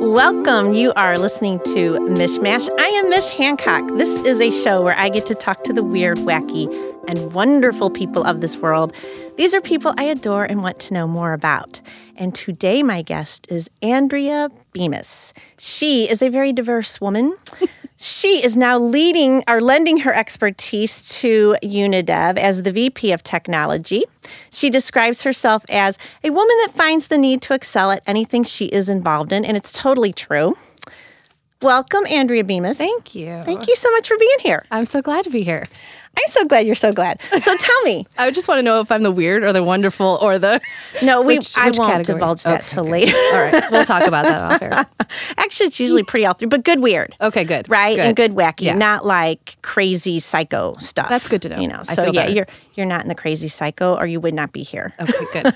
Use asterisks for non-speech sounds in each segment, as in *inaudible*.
Welcome. You are listening to Mishmash. I am Mish Hancock. This is a show where I get to talk to the weird, wacky, and wonderful people of this world. These are people I adore and want to know more about. And today, my guest is Andrea Bemis. She is a very diverse woman. *laughs* she is now leading or lending her expertise to Unidev as the VP of Technology. She describes herself as a woman that finds the need to excel at anything she is involved in, and it's totally true. Welcome, Andrea Bemis. Thank you. Thank you so much for being here. I'm so glad to be here. I'm so glad you're so glad. So tell me. I just want to know if I'm the weird or the wonderful or the. No, we Which- I which won't category? divulge that Okay, till good. later. *laughs* *laughs* All right, we'll talk about that off air. Actually, it's usually pretty all through, but good weird. *laughs* Okay, good. Right? And good wacky, Yeah. not like crazy psycho stuff. That's good to know. You know. I So feel yeah, better. you're you're not in the crazy psycho or you would not be here. Okay, *laughs* good.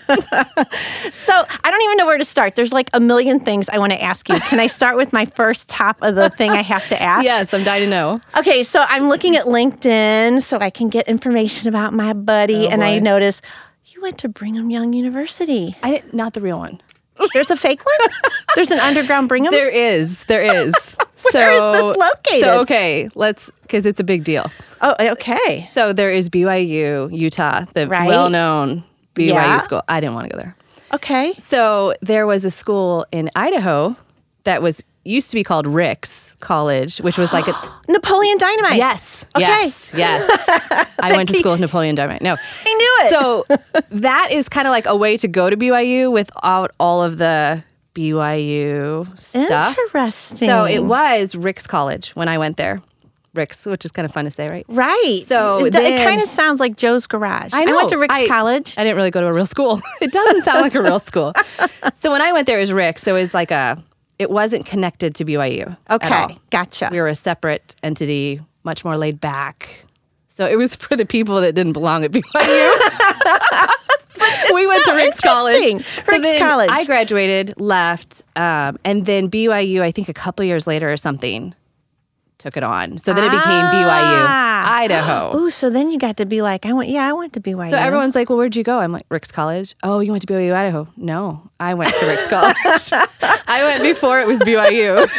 So I don't even know where to start. There's like a million things I want to ask you. Can I start with my first top of the thing I have to *laughs* ask? yes, I'm dying to know. Okay, so I'm looking at LinkedIn so I can get information about my buddy Oh, and I boy. notice you went to Brigham Young University. I didn't, not the real one. There's a fake *laughs* one? There's an underground Brigham? There is. *laughs* There is. Where is so, this located? So okay, let's because it's a big deal. oh, okay. So there is BYU Utah, the Right. well-known BYU Yeah. school. I didn't want to go there. Okay. So there was a school in Idaho that was used to be called Ricks College, which was like *gasps* a Napoleon Dynamite. Yes. Okay. Yes. *laughs* Yes. I went to school with Napoleon Dynamite. No. I knew it. So that is kind of like a way to go to BYU without all of the BYU stuff. Interesting. So it was Ricks College when I went there. Ricks, which is kind of fun to say, right? Right. So it, then- kind of sounds like Joe's Garage. I, know. went to Rick's I- College. I didn't really go to a real school. *laughs* It doesn't sound like a real *laughs* school. So when I went there, it was Ricks. So it was like a, it wasn't connected to BYU. at Okay. all. Gotcha. we were a separate entity, much more laid back. So it was *laughs* for the people that didn't belong at BYU. *laughs* *laughs* we went so to Ricks College. interesting. Ricks then College. I graduated, left, um, and then BYU. I think a couple years later or something took it on. So then it became Ah. BYU Idaho. Ooh, so then you got to be like, I went, yeah, I went to BYU. So everyone's like, "Well, where'd you go?" I'm like, "Ricks College." Oh, you went to BYU Idaho? No, I went to Ricks College. *laughs* I went before it was BYU. That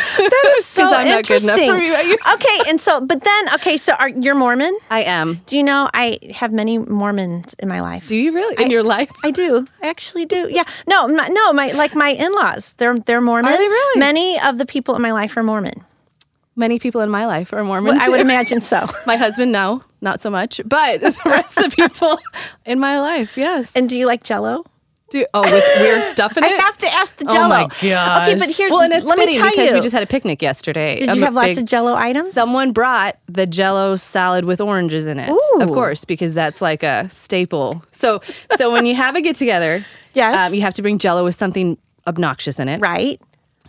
That's so I'm not good interesting. enough for *laughs* BYU. okay, and so, but then, okay, so are, you're Mormon. *laughs* I am. Do you know I have many Mormons in my life? Do you really in your life? I do. I actually do. Yeah. No, my, no, my like my in-laws, they're they're Mormon. Are they really? Many of the people in my life are Mormon. Many people in my life are Mormons. Well, I *laughs* would imagine so. My husband, no, not so much, but *laughs* the rest of the people in my life, yes. And do you like Jello? Do, oh, with weird stuff in I it. have to ask the Jello. oh my gosh. Okay, but here's well, and it's let me funny tell because you. we just had a picnic yesterday. did I'm you a have lots big- of Jello items? Someone brought the Jello salad with oranges in it, of Ooh. course, because that's like a staple. So, so when you have a get together, *laughs* Yes. um, you have to bring Jello with something obnoxious in it. right.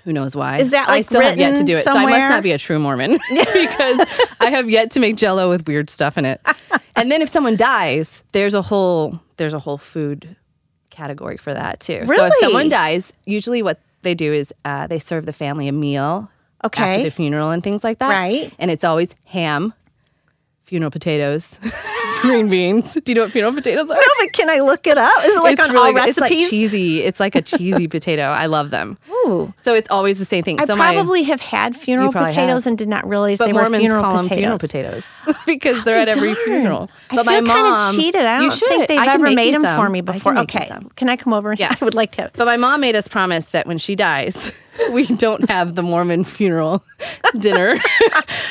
Who knows why? Is that, I like, still have yet to written do it, so I somewhere? must not be a *laughs* true Mormon *laughs* because I have yet to make Jello with weird stuff in it. And then if someone dies, there's a whole there's a whole food category for that too. So if Really? someone dies, usually what they do is uh, they serve the family a meal Okay. after the funeral and things like that. Right. And it's always ham, funeral potatoes, *laughs* green beans. Do you know what funeral potatoes are? No, but can I look it up? Is it *laughs* like it's on really all good. recipes? It's like cheesy. It's like a cheesy *laughs* potato. I love them. Ooh. So it's always the same thing. I so my- probably have had funeral You probably potatoes have. and did not realize but they were Mormons funeral call potatoes. them funeral potatoes *laughs* because they're at every Darn. funeral. I feel but my kinda mom cheated. I you don't should. think they've I can ever make made you them some. for me I can before. make you Okay, some. can I come over? Yes. I would like to. But my mom made us promise that when she dies, *laughs* we don't have the Mormon funeral *laughs* dinner.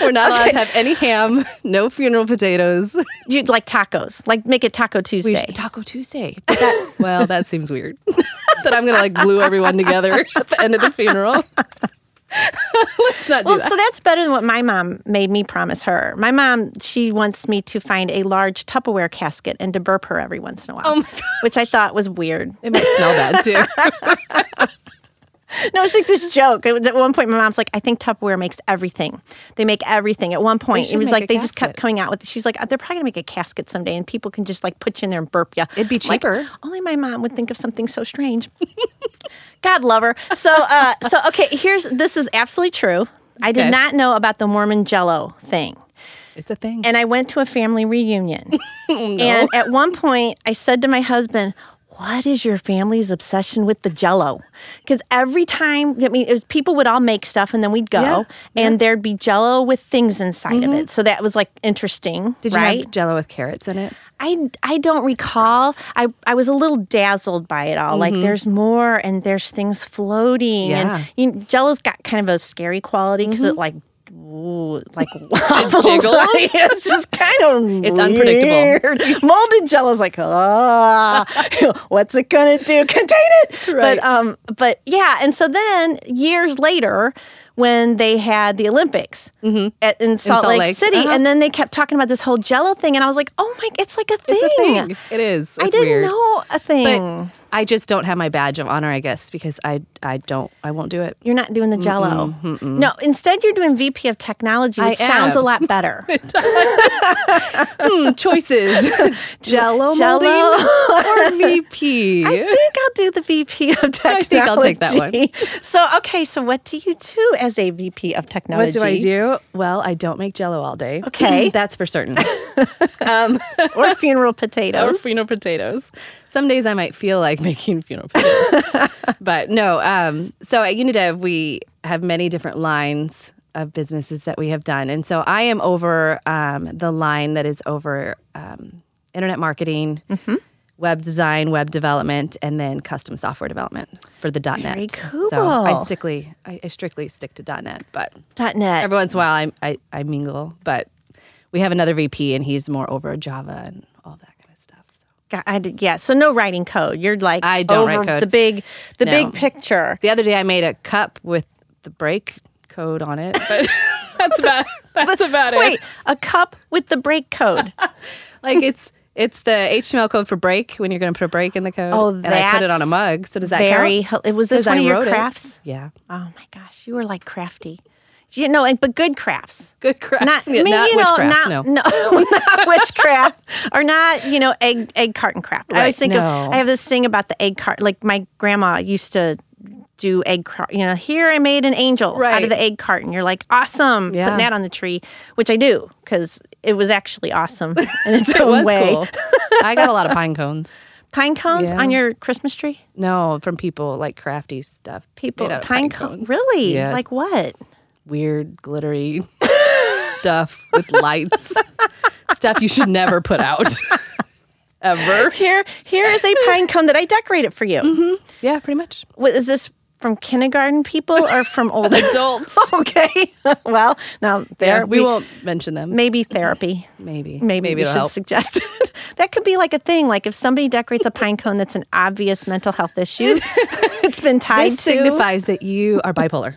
We're not allowed to have any ham, no funeral potatoes. You'd like tacos? Like make it Taco We Tuesday? should- Taco Tuesday. But that- well, that seems weird. *laughs* that I'm gonna like glue everyone together *laughs* at the end of the funeral. *laughs* Let's not do Well, that. so that's better than what my mom made me promise her. My mom, she wants me to find a large Tupperware casket and to burp her every once in a Oh while, which I thought was weird. It might smell bad too. *laughs* No, it's like this joke. It was- At one point, my mom's like, "I think Tupperware makes everything. They make everything." At one point, it should was make like a they just kept casket. coming out with. She's like, "They're probably gonna make a casket someday, and people can just like put you in there and burp you." It'd be I'm like, cheaper. Only my mom would think of something so strange. *laughs* God love her. So, uh, so okay. Here's this is absolutely true. I did Okay. not know about the Mormon Jello thing. It's *laughs* a thing. *laughs* Oh, and I went to a family reunion. And at one point, I said to my husband, what is your family's obsession with the jello? Because every time, I mean, it was people would all make stuff and then we'd go Yeah, Mm-hmm. and there'd be jello with things inside of it. So that was like interesting. Did you right? have Jello with carrots in it? I I don't recall. I, I was a little dazzled by it all. Like there's more and there's things floating Mm-hmm. Yeah. Mm-hmm. and you know, Jello's got kind of a scary quality because it like ooh, *laughs* like wobbles. *laughs* jiggles? Like, it's just kind of *laughs* It's unpredictable. *laughs* weird. Molded Jello's like ah, *laughs* what's it gonna do? Contain it. Right. But um, but yeah, and so then years later. When they had the Olympics at, in, Salt Mm-hmm. Salt Lake, Lake. City, Uh-huh. and then they kept talking about this whole Jello thing, and I was like, "Oh my, it's like a thing." It's a thing. It is. I It's didn't weird. know a thing. But I just don't have my badge of honor, I guess, because I I don't I won't do it. you're not doing the Jello. No, instead you're doing VP of Technology, which I sounds a am. lot *laughs* better. Hmm, *laughs* *laughs* choices: Jello, Jell-O. molding, *laughs* or VP. I think I'll do the *laughs* VP of Technology. think I'll take that one. *laughs* So okay, so what do you do as a VP of What Technology? do I do? Well, I don't make Jello all day. Okay. *clears throat* that's for certain. um, Or funeral or *laughs* potatoes? fino potatoes. Some days I might feel like *laughs* making fino potatoes, *laughs* but no. Um, so at Unidev, we have many different lines of businesses that we have done, and so I am over um, the line that is over um, internet marketing. Mm-hmm. Web design, web development, and then custom software development for the .NET. Very So I cool. strictly, I, I strictly stick to .NET, but Dot .net. every once in a while I, I, I mingle, but we have another VP and he's more over Java and all that kind of stuff. So. Got- I did- yeah. So no writing code. You're like I don't over write code. the big the No. big picture. The other day I made a cup with the break code on it, but *laughs* that's about that's about Wait, it. a cup with the break code. Like it's it's the HTML code for break when you're going to put a break in the code. Oh, and I put it on a that's mug. So does that Very. count? hel- Was this 'Cause one I of your wrote it. crafts? Yeah. Oh my gosh, you were like crafty. You know, and but good crafts. Good crafts. Not, I Yeah, mean, not you know, witchcraft, not no, *laughs* not witchcraft, or not you know, egg egg carton craft. I always Right, think no. of I have this thing about the egg cart. Like my grandma used to do egg cart. You know, here I made an angel out Right. of the egg carton. You're like awesome, Yeah. putting that on the tree, which I do because it was actually *laughs* awesome in its *laughs* It own was way. cool. I got *laughs* a lot of pine cones. Pine cones Yeah. on your Christmas tree. No, from people like crafty stuff. People made out of pine, cones. Really? Yeah, it's Like what? weird glittery *laughs* stuff with *laughs* lights stuff you should never put out ever Here, here is *laughs* a pine cone that I decorated for you. yeah pretty much What is this from kindergarten people or *laughs* from older? adults okay. *laughs* well, now there *laughs* there we, won't mention them maybe therapy. maybe Maybe, we it'll should help. suggest it. *laughs* that could be like a thing. Like if somebody decorates a pine cone that's an obvious mental health *laughs* issue, it's been tied this to. signifies that you *laughs* are bipolar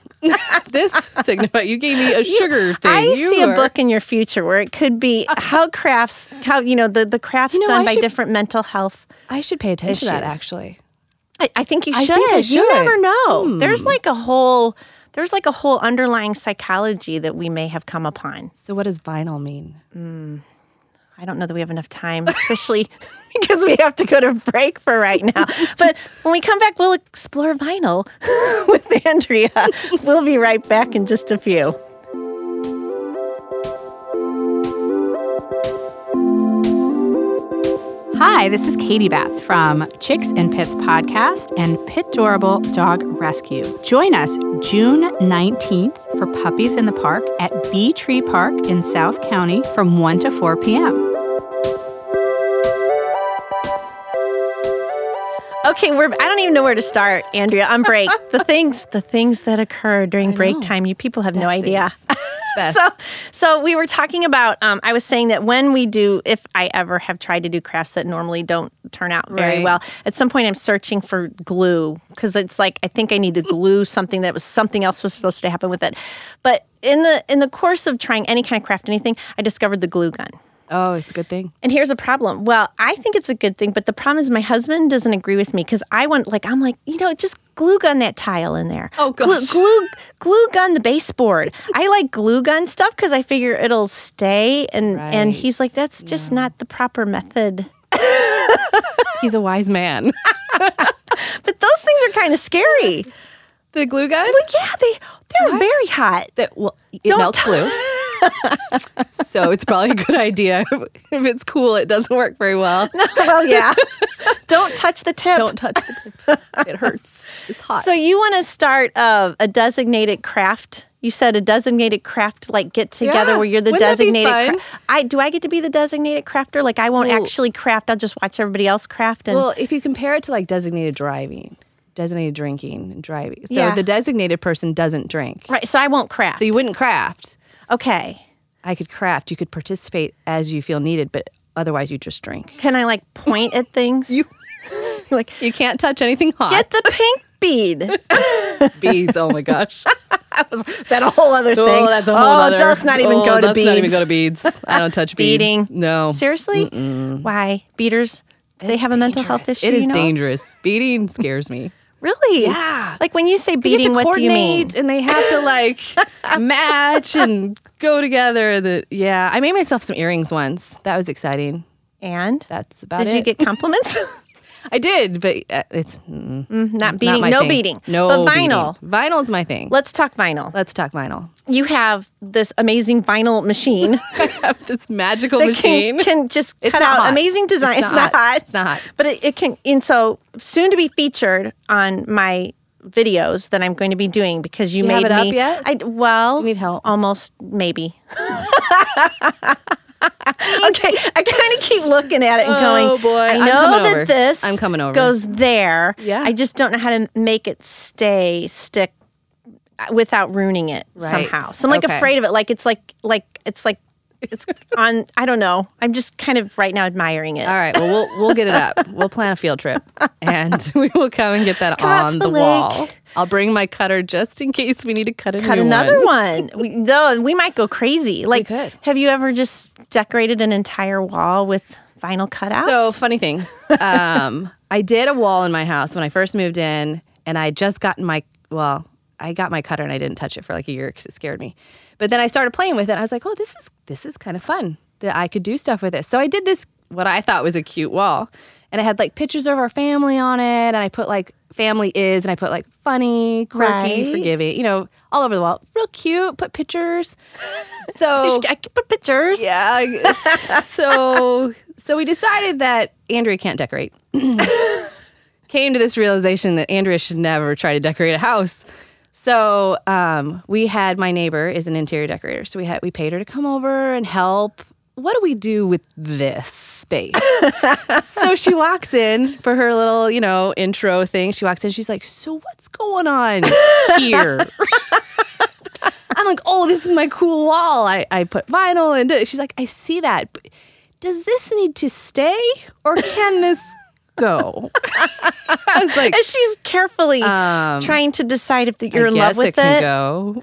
this signifies you gave me a sugar thing I You see a are- Uh, book in your future where it could be how crafts, how you know the the crafts know, done I by should- different mental health. i should pay attention to that Issues. actually I, I think you I should. think I You never should. Hmm. know. There's like a whole there's like a whole underlying psychology that we may have come upon. so what does vinyl *laughs* mean I don't know that we have enough *laughs* time, especially *laughs* because we have to go to break for right now. But when we come back, we'll explore vinyl *laughs* with Andrea. We'll be right back in just a few. Hi, this is Katie Beth from Chicks in Pits podcast and Pit Durable Dog Rescue. Join us June 19th for Puppies in the Park at Bee Tree Park in South County from 1 to 4 p.m. Okay, we're I don't even know where to start, Andrea, on break. the things the things that occur during break time, you people have no idea. Best. so so we were talking about um, i was saying that when we do if i ever have tried to do crafts that normally don't turn out very Right. well at some point i'm searching for glue because it's like i think i need to *laughs* glue something that was something else was supposed to happen with it but in the in the course of trying any kind of craft anything i discovered the glue gun oh it's a good thing and here's a problem. Well, I think it's a good thing, but the problem is my husband doesn't agree with me because I want like I'm like you know just glue gun that tile in there. Oh, Glue- gosh. Glue glue gun the baseboard. I like glue gun stuff because I figure it'll stay. And and Right. he's like that's just not the proper method. he's a wise man *laughs* But those things are kind of scary. the glue gun Yeah, they they're very hot. *laughs* that well it Don't *laughs* melts t- glue so it's probably a good idea. *laughs* if it's cool, it doesn't work very well. well, yeah. *laughs* Don't touch the tip. Don't touch the tip. It hurts. It's hot. So you want to start uh, a designated craft? You said a designated craft like get together Yeah. where you're the Wouldn't that be designated. fun? cra- I do I get to be the designated crafter? Like I won't Well- actually craft. I'll just watch everybody else craft and Well, if you compare it to like designated driving, designated drinking and driving. So Yeah. the designated person doesn't drink. right. So I won't craft. So you wouldn't craft. okay. I could craft. You could participate as you feel needed, but otherwise you just drink. Can I like point at *laughs* things? you *laughs* like You can't touch anything *laughs* hot. get the pink *laughs* bead. beads. Oh *laughs* my gosh. that whole other thing. Oh, that's a whole oh, other. let's not even oh, go to let's beads. not even go to beads. I don't touch beads. *laughs* Beating. No. Seriously? Why beaters? they have a mental health Dangerous. issue. It is you know? dangerous. Beating scares me. Really? Yeah. Like when you say beating, you have to what do you mean? coordinate, And they have to *laughs* like match and go together. The, yeah, I made myself some earrings once. That was exciting. And That's about did it. you get compliments? *laughs* I did, but uh, it's mm, Not not beating, my no thing. beating. No, but vinyl. Beating. Vinyl's my thing. Let's, Let's talk vinyl. *laughs* talk vinyl. *laughs* You have this amazing vinyl machine I have this magical that machine. can, can just It's cut not out hot. amazing design. *laughs* It's, not, hot. It's not hot. But it, it can, and so soon to be featured on my videos that I'm going to be doing because you, You have made it up me. yet? I, well, Do you need help? Almost, *laughs* maybe. *laughs* okay, I kind of keep looking at it and going, Oh, boy. I I'm know coming that over. this I'm coming over." goes there. Yeah. I just don't know how to make it stay stick uh, without ruining it Right. somehow. So I'm like Okay. afraid of it. Like it's like like it's like *laughs* it's on. I don't know. I'm just kind of right now admiring it. All right. Well, we'll we'll get *laughs* it up. We'll plan a field trip, and *laughs* we will come and get that Come out on to the, the wall. lake. I'll bring my cutter just in case we need to cut a cut new another one. We, though we might go crazy. Like, could. have you ever just decorated an entire wall with vinyl cutouts? So funny thing, um, I did a wall in my house when I first moved in, and I had just gotten my well, I got my cutter and I didn't touch it for like a year because it scared me. But then I started playing with it. And I was like, oh, this is this is kind of fun that I could do stuff with this. So I did this what I thought was a cute wall, and it had like pictures of our family on it, and I put like family is, and I put like funny, quirky, Right. forgiving, you know, all over the wall, real cute. Put pictures. So I could put pictures. *laughs* yeah. I- so so we decided that Andrea can't decorate. *clears throat* Came to this realization that Andrea should never try to decorate a house. So um, we had my neighbor is an interior decorator, so we had we paid her to come over and help. What do we do with this space? *laughs* so she walks in for her little, you know, intro thing. She walks in, she's like, "So what's going on here?" I'm like, oh, this is my cool wall. I, I put vinyl and she's like, I see that. but Does this need to stay or *laughs* can this go? *laughs* I was like, And she's carefully trying to decide if that you're in Um, I love guess with it can go.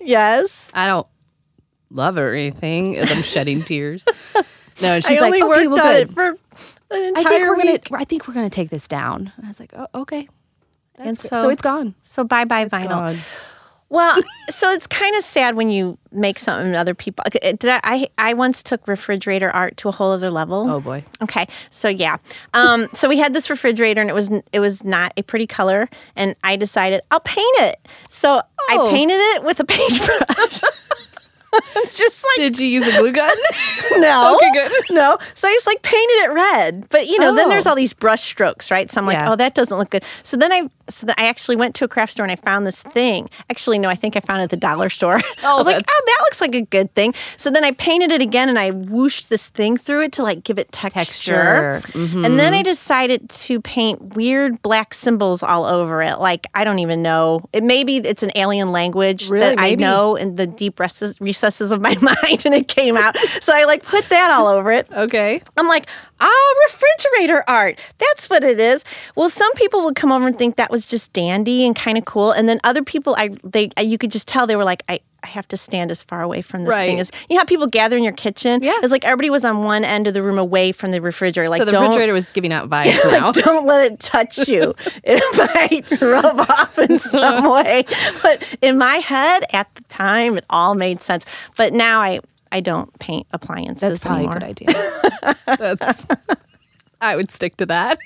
Yes. I don't love her or anything. as *laughs* I'm shedding tears. No, and she's I only like, okay, worked well, on good. it for an I think entire we're week. gonna. I think we're gonna take this down. And I was like, oh, okay. and So, so, it's gone. so bye bye vinyl. Gone. Well, so it's kind of sad when you make something and other people. okay, Did I, I? I once took refrigerator art to a whole other level. Oh boy. Okay, so yeah, um, so we had this refrigerator, and it was it was not a pretty color, and I decided I'll paint it. So Oh. I painted it with a paintbrush. *laughs* It's *laughs* Just like Did you use a glue gun? *laughs* no, *laughs* Okay, good. *laughs* no. So I just like painted it red, but you know, then Oh. there's all these brush strokes, right? So I'm like, Yeah. oh, that doesn't look good. So then I, so then I actually went to a craft store and I found this thing. Actually, no, I think I found it at the dollar store. *laughs* I Oh, was like, that's- oh, that looks like a good thing. So then I painted it again and I whooshed this thing through it to like give it texture. Texture. Mm-hmm. And then I decided to paint weird black symbols all over it. Like I don't even know. It maybe it's an alien language Really? that I Maybe. know in the deep recesses, recesses of my *laughs* mind, and it came out. so I like put that all over it. okay. I'm like, ah, refrigerator art. That's what it is. Well, some people would come over and think that was just dandy and kind of cool, and then other people, I they, I- you could just tell they were like, I. I have to stand as far away from this Right. thing as you know how people gather in your kitchen. Yeah. it's like everybody was on one end of the room away from the refrigerator. Like, so the don't, refrigerator was giving out vibes *laughs* now. like, don't let it touch you. it *laughs* might rub off in some *laughs* way. But in my head at the time, it all made sense. But now I, I don't paint appliances That's probably *laughs* anymore. a good idea. That's, I would stick to that.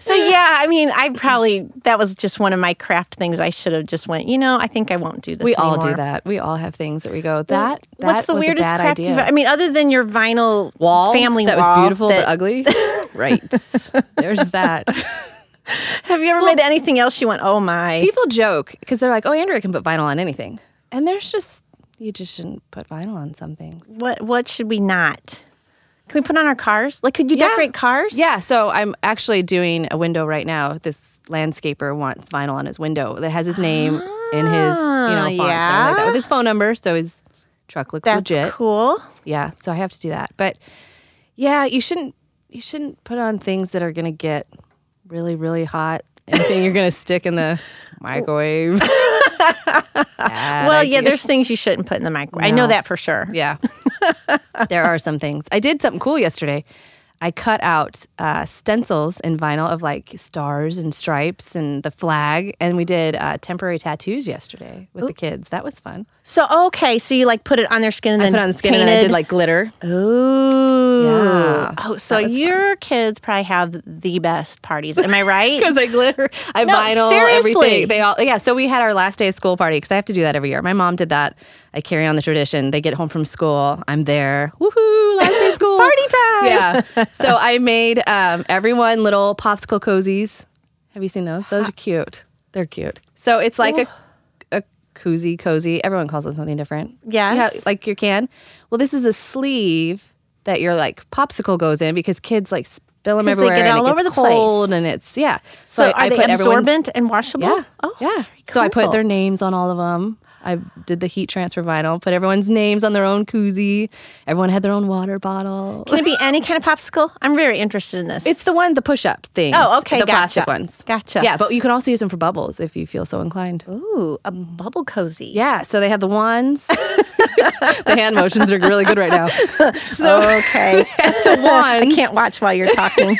So yeah, I mean, I probably that was just one of my craft things. I should have just went. You know, I think I won't do this. we all do anymore." that. We all have things that we go that. that What's the was a weirdest bad craft idea. you've? e, I mean, other than your vinyl wall family that wall was beautiful that- but ugly. *laughs* right. *laughs* There's that. have you ever made anything else you went? Oh my! People joke because they're like, "Oh, Andrea can put vinyl on anything," and there's just you just shouldn't put vinyl on some things. what what should we not? Can we put on our cars? Like, could you Yeah. decorate cars? Yeah. So I'm actually doing a window right now. This landscaper wants vinyl on his window that has his name in his you know font yeah. like that, Ah, yeah. with his phone number, so his truck looks that's legit. cool. Yeah. So I have to do that, but yeah, you shouldn't you shouldn't put on things that are gonna get really really hot. Anything you're gonna stick *laughs* in the microwave. Bad well, yeah, idea. there's things you shouldn't put in the microwave. I No. know that for sure. Yeah. *laughs* there are some things. I did something cool yesterday. I cut out uh, stencils in vinyl of like stars and stripes and the flag, and we did uh, temporary tattoos yesterday with the kids. That was fun. So okay, so you like put it on their skin and I then put on the skin painted. and then I did like glitter. Ooh. Yeah. Oh, so your kids probably have the best parties. *laughs* Am I right? because I glitter, I No, vinyl seriously. everything. They all yeah. So we had our last day of school party because I have to do that every year. My mom did that. I carry on the tradition. They get home from school. I'm there. Woohoo! Last day of *laughs* school Party time. Yeah. So I made um, everyone little popsicle cozies. Have you seen those? *gasps* Those are cute. They're cute. So it's like a a koozie cozy. Everyone calls it something different. Yes. Yeah, like your can. Well, this is a sleeve that your like popsicle goes in because kids like spill 'Cause them they everywhere get and all it over gets the place. cold and it's yeah. So I- are I they put everyone's- absorbent and washable? Yeah. Oh, yeah. very So I put cool. their names on all of them. I did the heat transfer vinyl. Put everyone's names on their own koozie. Everyone had their own water bottle. Can it be any kind of popsicle? I'm very interested in this. It's the one, the push-up things. Oh, okay, The plastic gotcha. ones. Gotcha. Yeah, but you can also use them for bubbles if you feel so inclined. ooh a bubble cozy. Yeah, so they had the wands. *laughs* the hand motions are really good *laughs* right now. So *laughs* Okay. the I wands, can't watch while you're talking.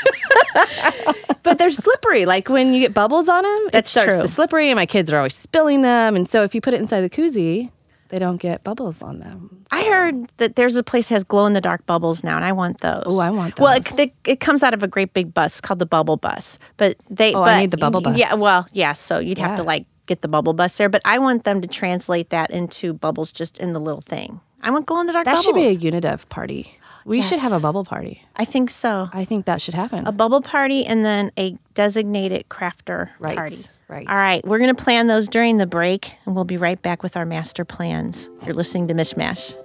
but they're slippery. Like when you get bubbles on them, That's it starts true. to slippery, and my kids are always spilling them. And so if you put it inside the koozie, they don't get bubbles on them. I heard that there's a place that has glow in the dark bubbles now, and I want those. Oh, I want Well, it, those. it, it comes out of a great big bus called the Bubble Bus, but they. Oh, I but, need the Bubble Bus. Yeah, well, yeah. So you'd have to Yeah. like get the Bubble Bus there, but I want them to translate that into bubbles just in the little thing. I want glow in the dark That bubbles. should be a Unidev party. We should have a Yes. bubble party. I think so. I think that should happen. A bubble party and then a designated crafter Right, party. right. All right. We're going to plan those during the break, and we'll be right back with our master plans. You're listening to Mishmash.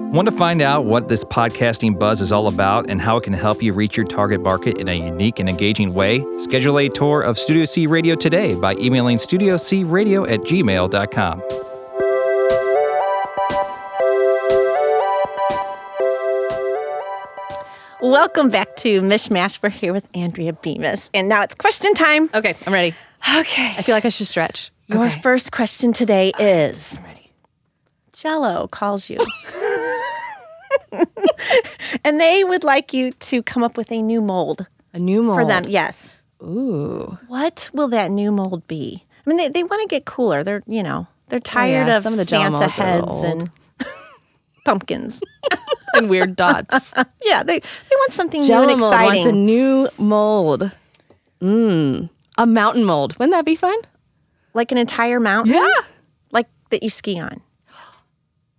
Want to find out what this podcasting buzz is all about and how it can help you reach your target market in a unique and engaging way? Schedule a tour of Studio C Radio today by emailing studiocradio at gmail.com. Welcome back to Mishmash. We're here with Andrea Bemis, and now it's question time. okay, I'm ready. I Okay. feel like I should stretch. Your Oh, Okay. first question today is I'm ready. Jello calls *laughs* you. and they would like you to come up with a new mold A new mold for them. Yes. Ooh. What will that new mold be? I mean, they, they want to get cooler. They're, you know, they're tired Oh, yeah, of some of the Jell-O Santa molds are heads old. and *laughs* pumpkins. and weird *laughs* dots. Yeah, they, they want something new Jello and mold wants a exciting. new mold. Mmm. Mm. A mountain mold. Wouldn't that be fun? like an entire mountain. like that you ski on.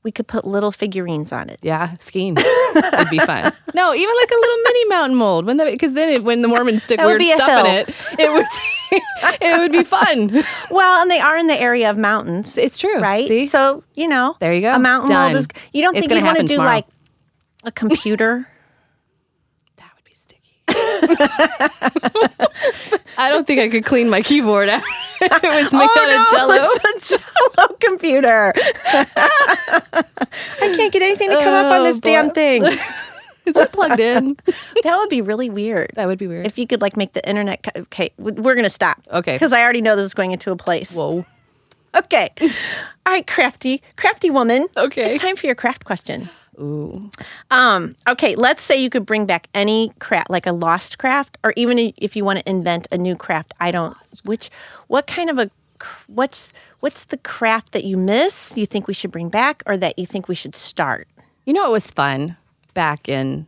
We could put little figurines on it. Yeah, skiing would *laughs* be fun. No, even like a little mini mountain mold. When that because then it, when the Mormons stick That would weird be a stuff in hill. it, it would be, *laughs* it would *laughs* be fun. Well, and they are in the area of mountains. It's true, right? see? So you know, There you go. A mountain Done. mold is. You don't It's think gonna you want to happen do tomorrow. like a *laughs* computer? That would be sticky. *laughs* I don't think I could clean my keyboard *laughs* out. it was made Oh, out of *laughs* jello. it's the Jello computer. *laughs* I can't get anything to come up on Oh, this damn boy. *laughs* thing. Is it plugged in? That would be really weird. That would be weird. If you could like make the internet. co- Okay, we- we're gonna stop. Okay. because I already know this is going into a place. Whoa. Okay. All right, crafty, crafty woman. Okay. It's time for your craft question. Ooh. Um, okay, let's say you could bring back any craft, like a lost craft, or even if you want to invent a new craft. I don't, which, what kind of a cr- what's what's the craft that you miss? You think we should bring back, or that you think we should start? *laughs* You know, it was fun back in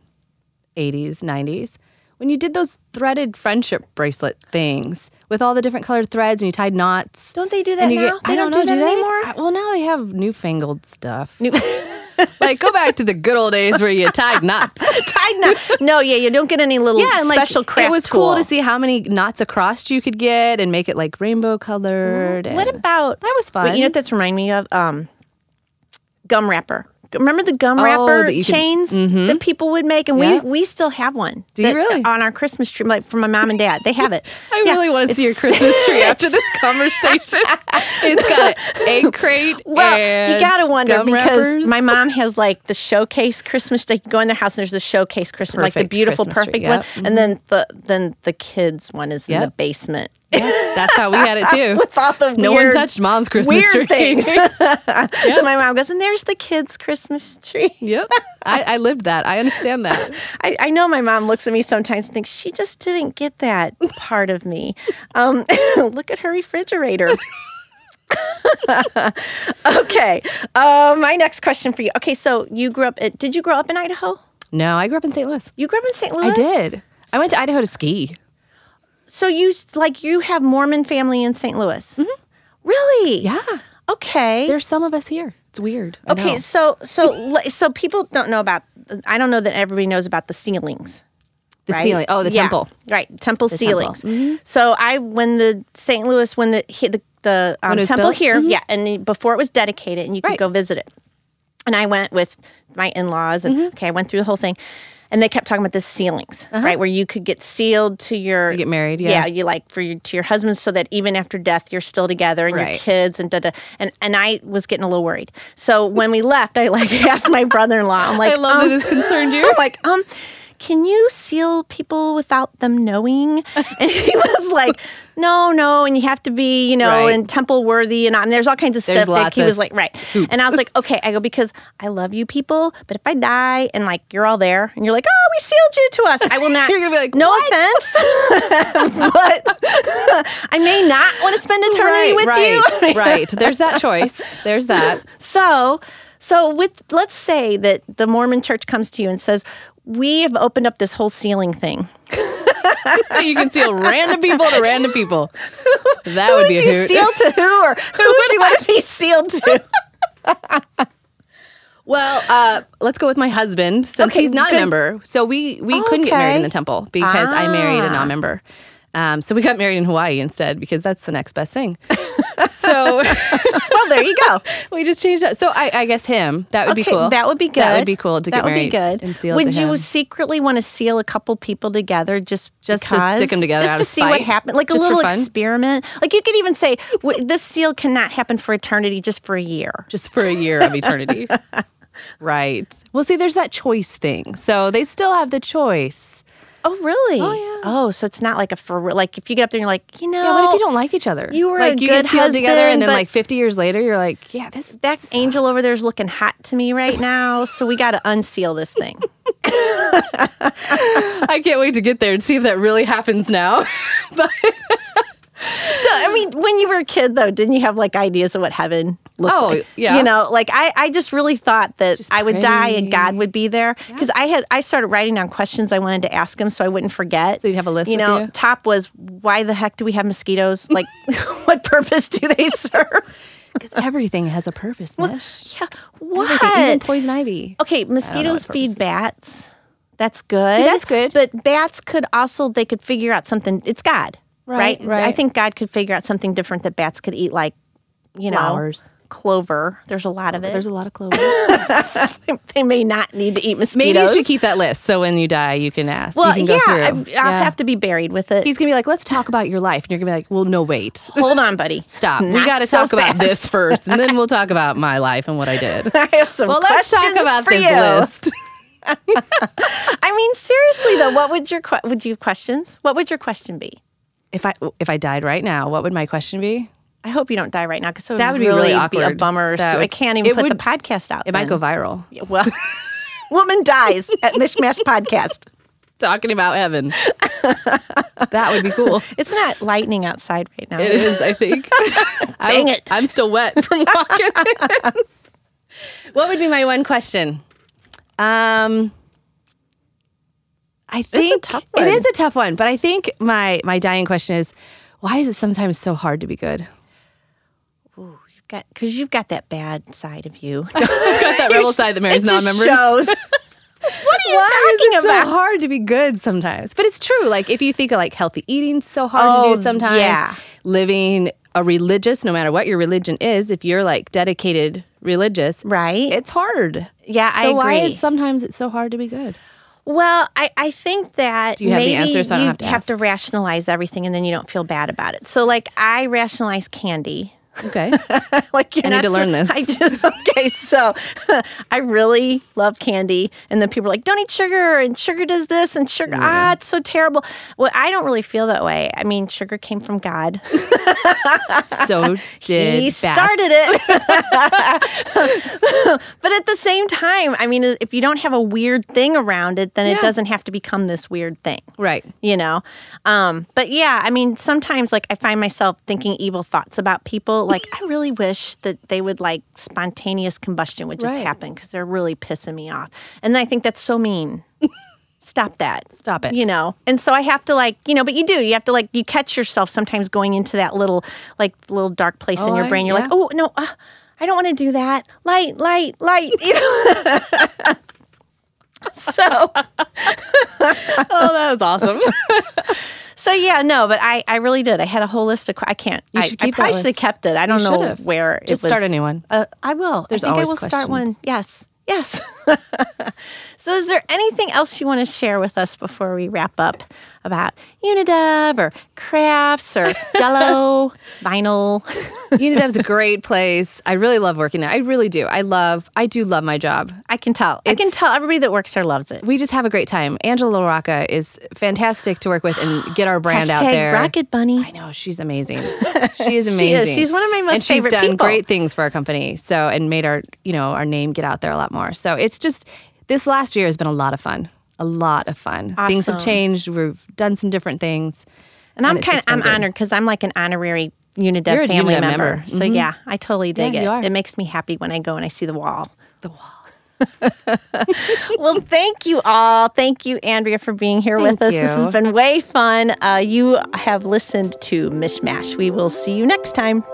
80s, 90s when you did those threaded friendship bracelet things with all the different colored threads and you tied knots. Don't they do that And you now? get- I don't, know. Do, they I- well, now they have newfangled stuff. *laughs* *laughs* like, go back to the good old days where you tied knots. *laughs* Tied knot. No, yeah, you don't get any little special craft. It was cool tool. to see how many knots across you could get and make it like rainbow colored. Mm-hmm. What and- about that was Wait, you know fun. what that's reminding me of? Um, gum wrapper. Remember the gum wrapper Oh, that you could- Mm-hmm. chains that people would make, and Yeah. we we still have one. Do you that- really? on our Christmas tree? Like from my mom and dad, they have it. *laughs* I Yeah, really want to see your it's- Christmas *laughs* tree after this conversation. *laughs* it's got an egg *laughs* crate. *laughs* Well, you and gotta wonder gum because wrappers. my mom has like the showcase Christmas. They go in their house and there's the showcase Christmas, like the Perfect beautiful, Christmas tree, perfect yep. Mm-hmm. one, and then the then the kids one is in the Yep. basement. *laughs* Yeah, that's how we had it *laughs* too. With all the no one weird- touched mom's Christmas weird tree. *laughs* things. *laughs* So my mom goes, and there's the kids' Christmas tree. yep, I, I lived that. I understand that. *laughs* I, I know my mom looks at me sometimes and thinks she just didn't get that part of me. Um, *laughs* look at her refrigerator. *laughs* okay, uh, my next question for you. Okay, so you grew up. At, did you grow up in Idaho? No, I grew up in St. Louis. You grew up in St. Louis. I did. I went to Idaho to ski. So you s- like you have Mormon family in St. Louis. Really? Mm-hmm. Yeah, Okay. there's some of us here. It's weird. I okay. know. So so le- so people don't know about. I don't know that everybody knows about the ceilings. the right? ceiling. Oh, the Yeah, temple. right? Temple temple. Mm-hmm. ceilings. So I, when the St. Louis, when the he- the, the um, When it was temple built? Mm-hmm. here, yeah, and then before it was dedicated, and you could Right. go visit it. And I went with my in laws, Mm-hmm. and okay, I went through the whole thing, and they kept talking about the ceilings, right, where you could get sealed to your Uh-huh. You get married, yeah. you like for your to your husband, so that even after death, you're still together and your Right. kids and da da. And and I was getting a little worried. So when we left, I like *laughs* asked my brother in law, I'm like, I love um, that this *laughs* concerned you. I'm like, um, can you seal people without them knowing? *laughs* And he was like, no, no, and you have to be, you know, Right. and temple worthy, and, I- and there's all kinds of There's stuff that lots he of was like, right. hoops. And I was *laughs* like, okay, I go because I love you people, but if I die and like you're all there and you're like, oh, we sealed you to us, I will not. *laughs* You're gonna be like, no offense, *laughs* but I may not want to spend eternity right, with you. *laughs* right, right. There's that choice. There's that. *laughs* So, so with let's say that the Mormon Church comes to you and says, "We have opened up this whole ceiling thing." *laughs* you can seal random people to random people. That Who *laughs* would would be a you hoot. seal to who, or who would you want to be sealed to? Well, uh, let's go with my husband since Okay, he's not good. a member. So we we couldn't get married Okay. Ah. in the temple because I married a non-member. Um, so we got married in Hawaii instead because that's the next best *laughs* thing. so *laughs* Well, there you go. we just changed that. So I, I guess him. That would *laughs* be Okay, cool. That would be good. That would be cool to That get would be married good. and sealed would to you him. secretly want to seal a couple people together just Just to because? stick 'em together just out to of see what spite? happens, like a Just for little fun? experiment. Like you could even say, w- "This seal cannot happen for eternity, just for a year." just for a year *laughs* of eternity. right. Well, see, there's that choice thing. So they still have the choice. Oh, really? Oh, yeah. Oh, so it's not like a for real. Like if you get up there and you're like, you know, Yeah, what if you don't like each other? you were a like you get good sealed together, husband, and then but- like 50 years later, you're like, yeah, *laughs* this that angel over there is looking hot to me right now, so we got to unseal this thing. I can't wait to get there and see if that really happens now. *laughs* So, I mean, when you were a kid, though, didn't you have like ideas of what heaven looked Oh, like? yeah. You know, like I, I just really thought that Just I would die and pray. God would be there because I had I started writing down questions I wanted to ask him so I wouldn't forget. So you'd have a list You with know, you? top was why the heck do we have mosquitoes? Like, *laughs* what purpose do they *laughs* serve? Because everything has a purpose, Mish. Yeah, Everything, even what? poison ivy. Okay, mosquitoes what feed bats. That's good. that's good. But bats could also they could figure out something. It's God, right? Right, right. I think God could figure out something different that bats could eat, like you know, Flowers. clover. There's a lot of it. There's a lot of clover. *laughs* they may not need to eat mosquitoes. *laughs* Maybe you should keep that list so when you die, you can ask. Well, you can yeah, go I, through. I'll have to be buried with it. He's gonna be like, let's talk about your life, and you're gonna be like, well, no, wait, *laughs* Hold on, buddy. stop. we Not got to so talk about this *laughs* fast. first, and then we'll talk about my life and what I *laughs* did. I have some well, let's talk questions about for this you. list. I mean, seriously though, what would your que- would you have questions? What would your question be? *laughs* If I if I died right now, what would my question be? I hope you don't die right now because that, That would would be really, really be a awkward. bummer. That so I would- can't even it put the would- podcast out. It might go then. viral. *laughs* Well, woman dies at Mishmash Podcast. Talking about heaven. *laughs* That would be cool. It's not lightning outside right now. *laughs* It is is, I *laughs* think. I Dang don't- it. I'm still wet from walking. *laughs* what would be my one question? Um, I think tough it one. is a tough one, but I think my my dying question is, why is it sometimes so hard to be good? You've got because you've got that bad side of *laughs* you. Got that rebel side that marries *laughs* It just non-members. *laughs* shows. what are you Why talking is it about? so hard to be good sometimes? But it's true. Like if you think of like healthy eating's so hard to Oh, do sometimes. yeah. Living a religious, no matter what your religion is, if you're like dedicated religious, Right. It's hard. Yeah, I so Why agree. is sometimes it's so hard to be good? Well, I, I think that you have the maybe answer so you I don't have to ask? rationalize everything and then you don't feel bad about it. So, like, I rationalize candy. *laughs* Okay. like you're I need not to learn this. I just *laughs* okay. So I really love candy, and then people are like, "Don't eat sugar," and sugar does this, and sugar ah, it's so terrible. Well, I don't really feel that way. I mean, sugar came from God. so did he Beth. started it. *laughs* but at the same time, I mean, if you don't have a weird thing around it, then Yeah. it doesn't have to become this weird thing Right. you know um but yeah i mean sometimes like i find myself thinking evil thoughts about people like i really wish that they would like spontaneous combustion would just Right. happen because they're really pissing me off and i think that's so *laughs* mean stop that Stop it. you know and so i have to like you know but you do you have to like you catch yourself sometimes going into that little like little dark place Oh, in your I- brain you're yeah. like oh no uh, i don't want to do that light light light *laughs* you know so Oh, that was awesome. *laughs* So yeah, no, but I, I really did. I had a whole list of. que- I can't. You I, should I keep that probably should have list. kept it. I don't You know should've. where. it Just start was- a new one. Uh, I will. There's I think always I will start one. questions. Yes. Yes. *laughs* so, is there anything else you want to share with us before we wrap up about Unidub or crafts *laughs* or Jello, vinyl? Unidev's a great place. I really love working there. I really do. I love. I do love my job. I can tell. I can tell everybody that works there loves it. We just have a great time. Angela LaRocca is fantastic to work with and get our brand out Hashtag there. Rocket Bunny. I know she's amazing. She is amazing. *laughs* She is. She's one of my most and she's favorite done people. great things for our company. So and made our you know our name get out there a lot more. So it's just this last year has been a lot of fun. A lot of fun. Things have Awesome. changed. We've done some different things. And I'm it's kind of just been I'm good. honored because I'm like an honorary Unidub You're a family Unidub member. member. Mm-hmm. So yeah, I totally dig Yeah, it. you are. It makes me happy when I go and I see the wall. The *laughs* wall. well, thank you all. Thank you, Andrea, for being here Thank with us. This you. has been way fun. Uh, you have listened to Mishmash. We will see you next time.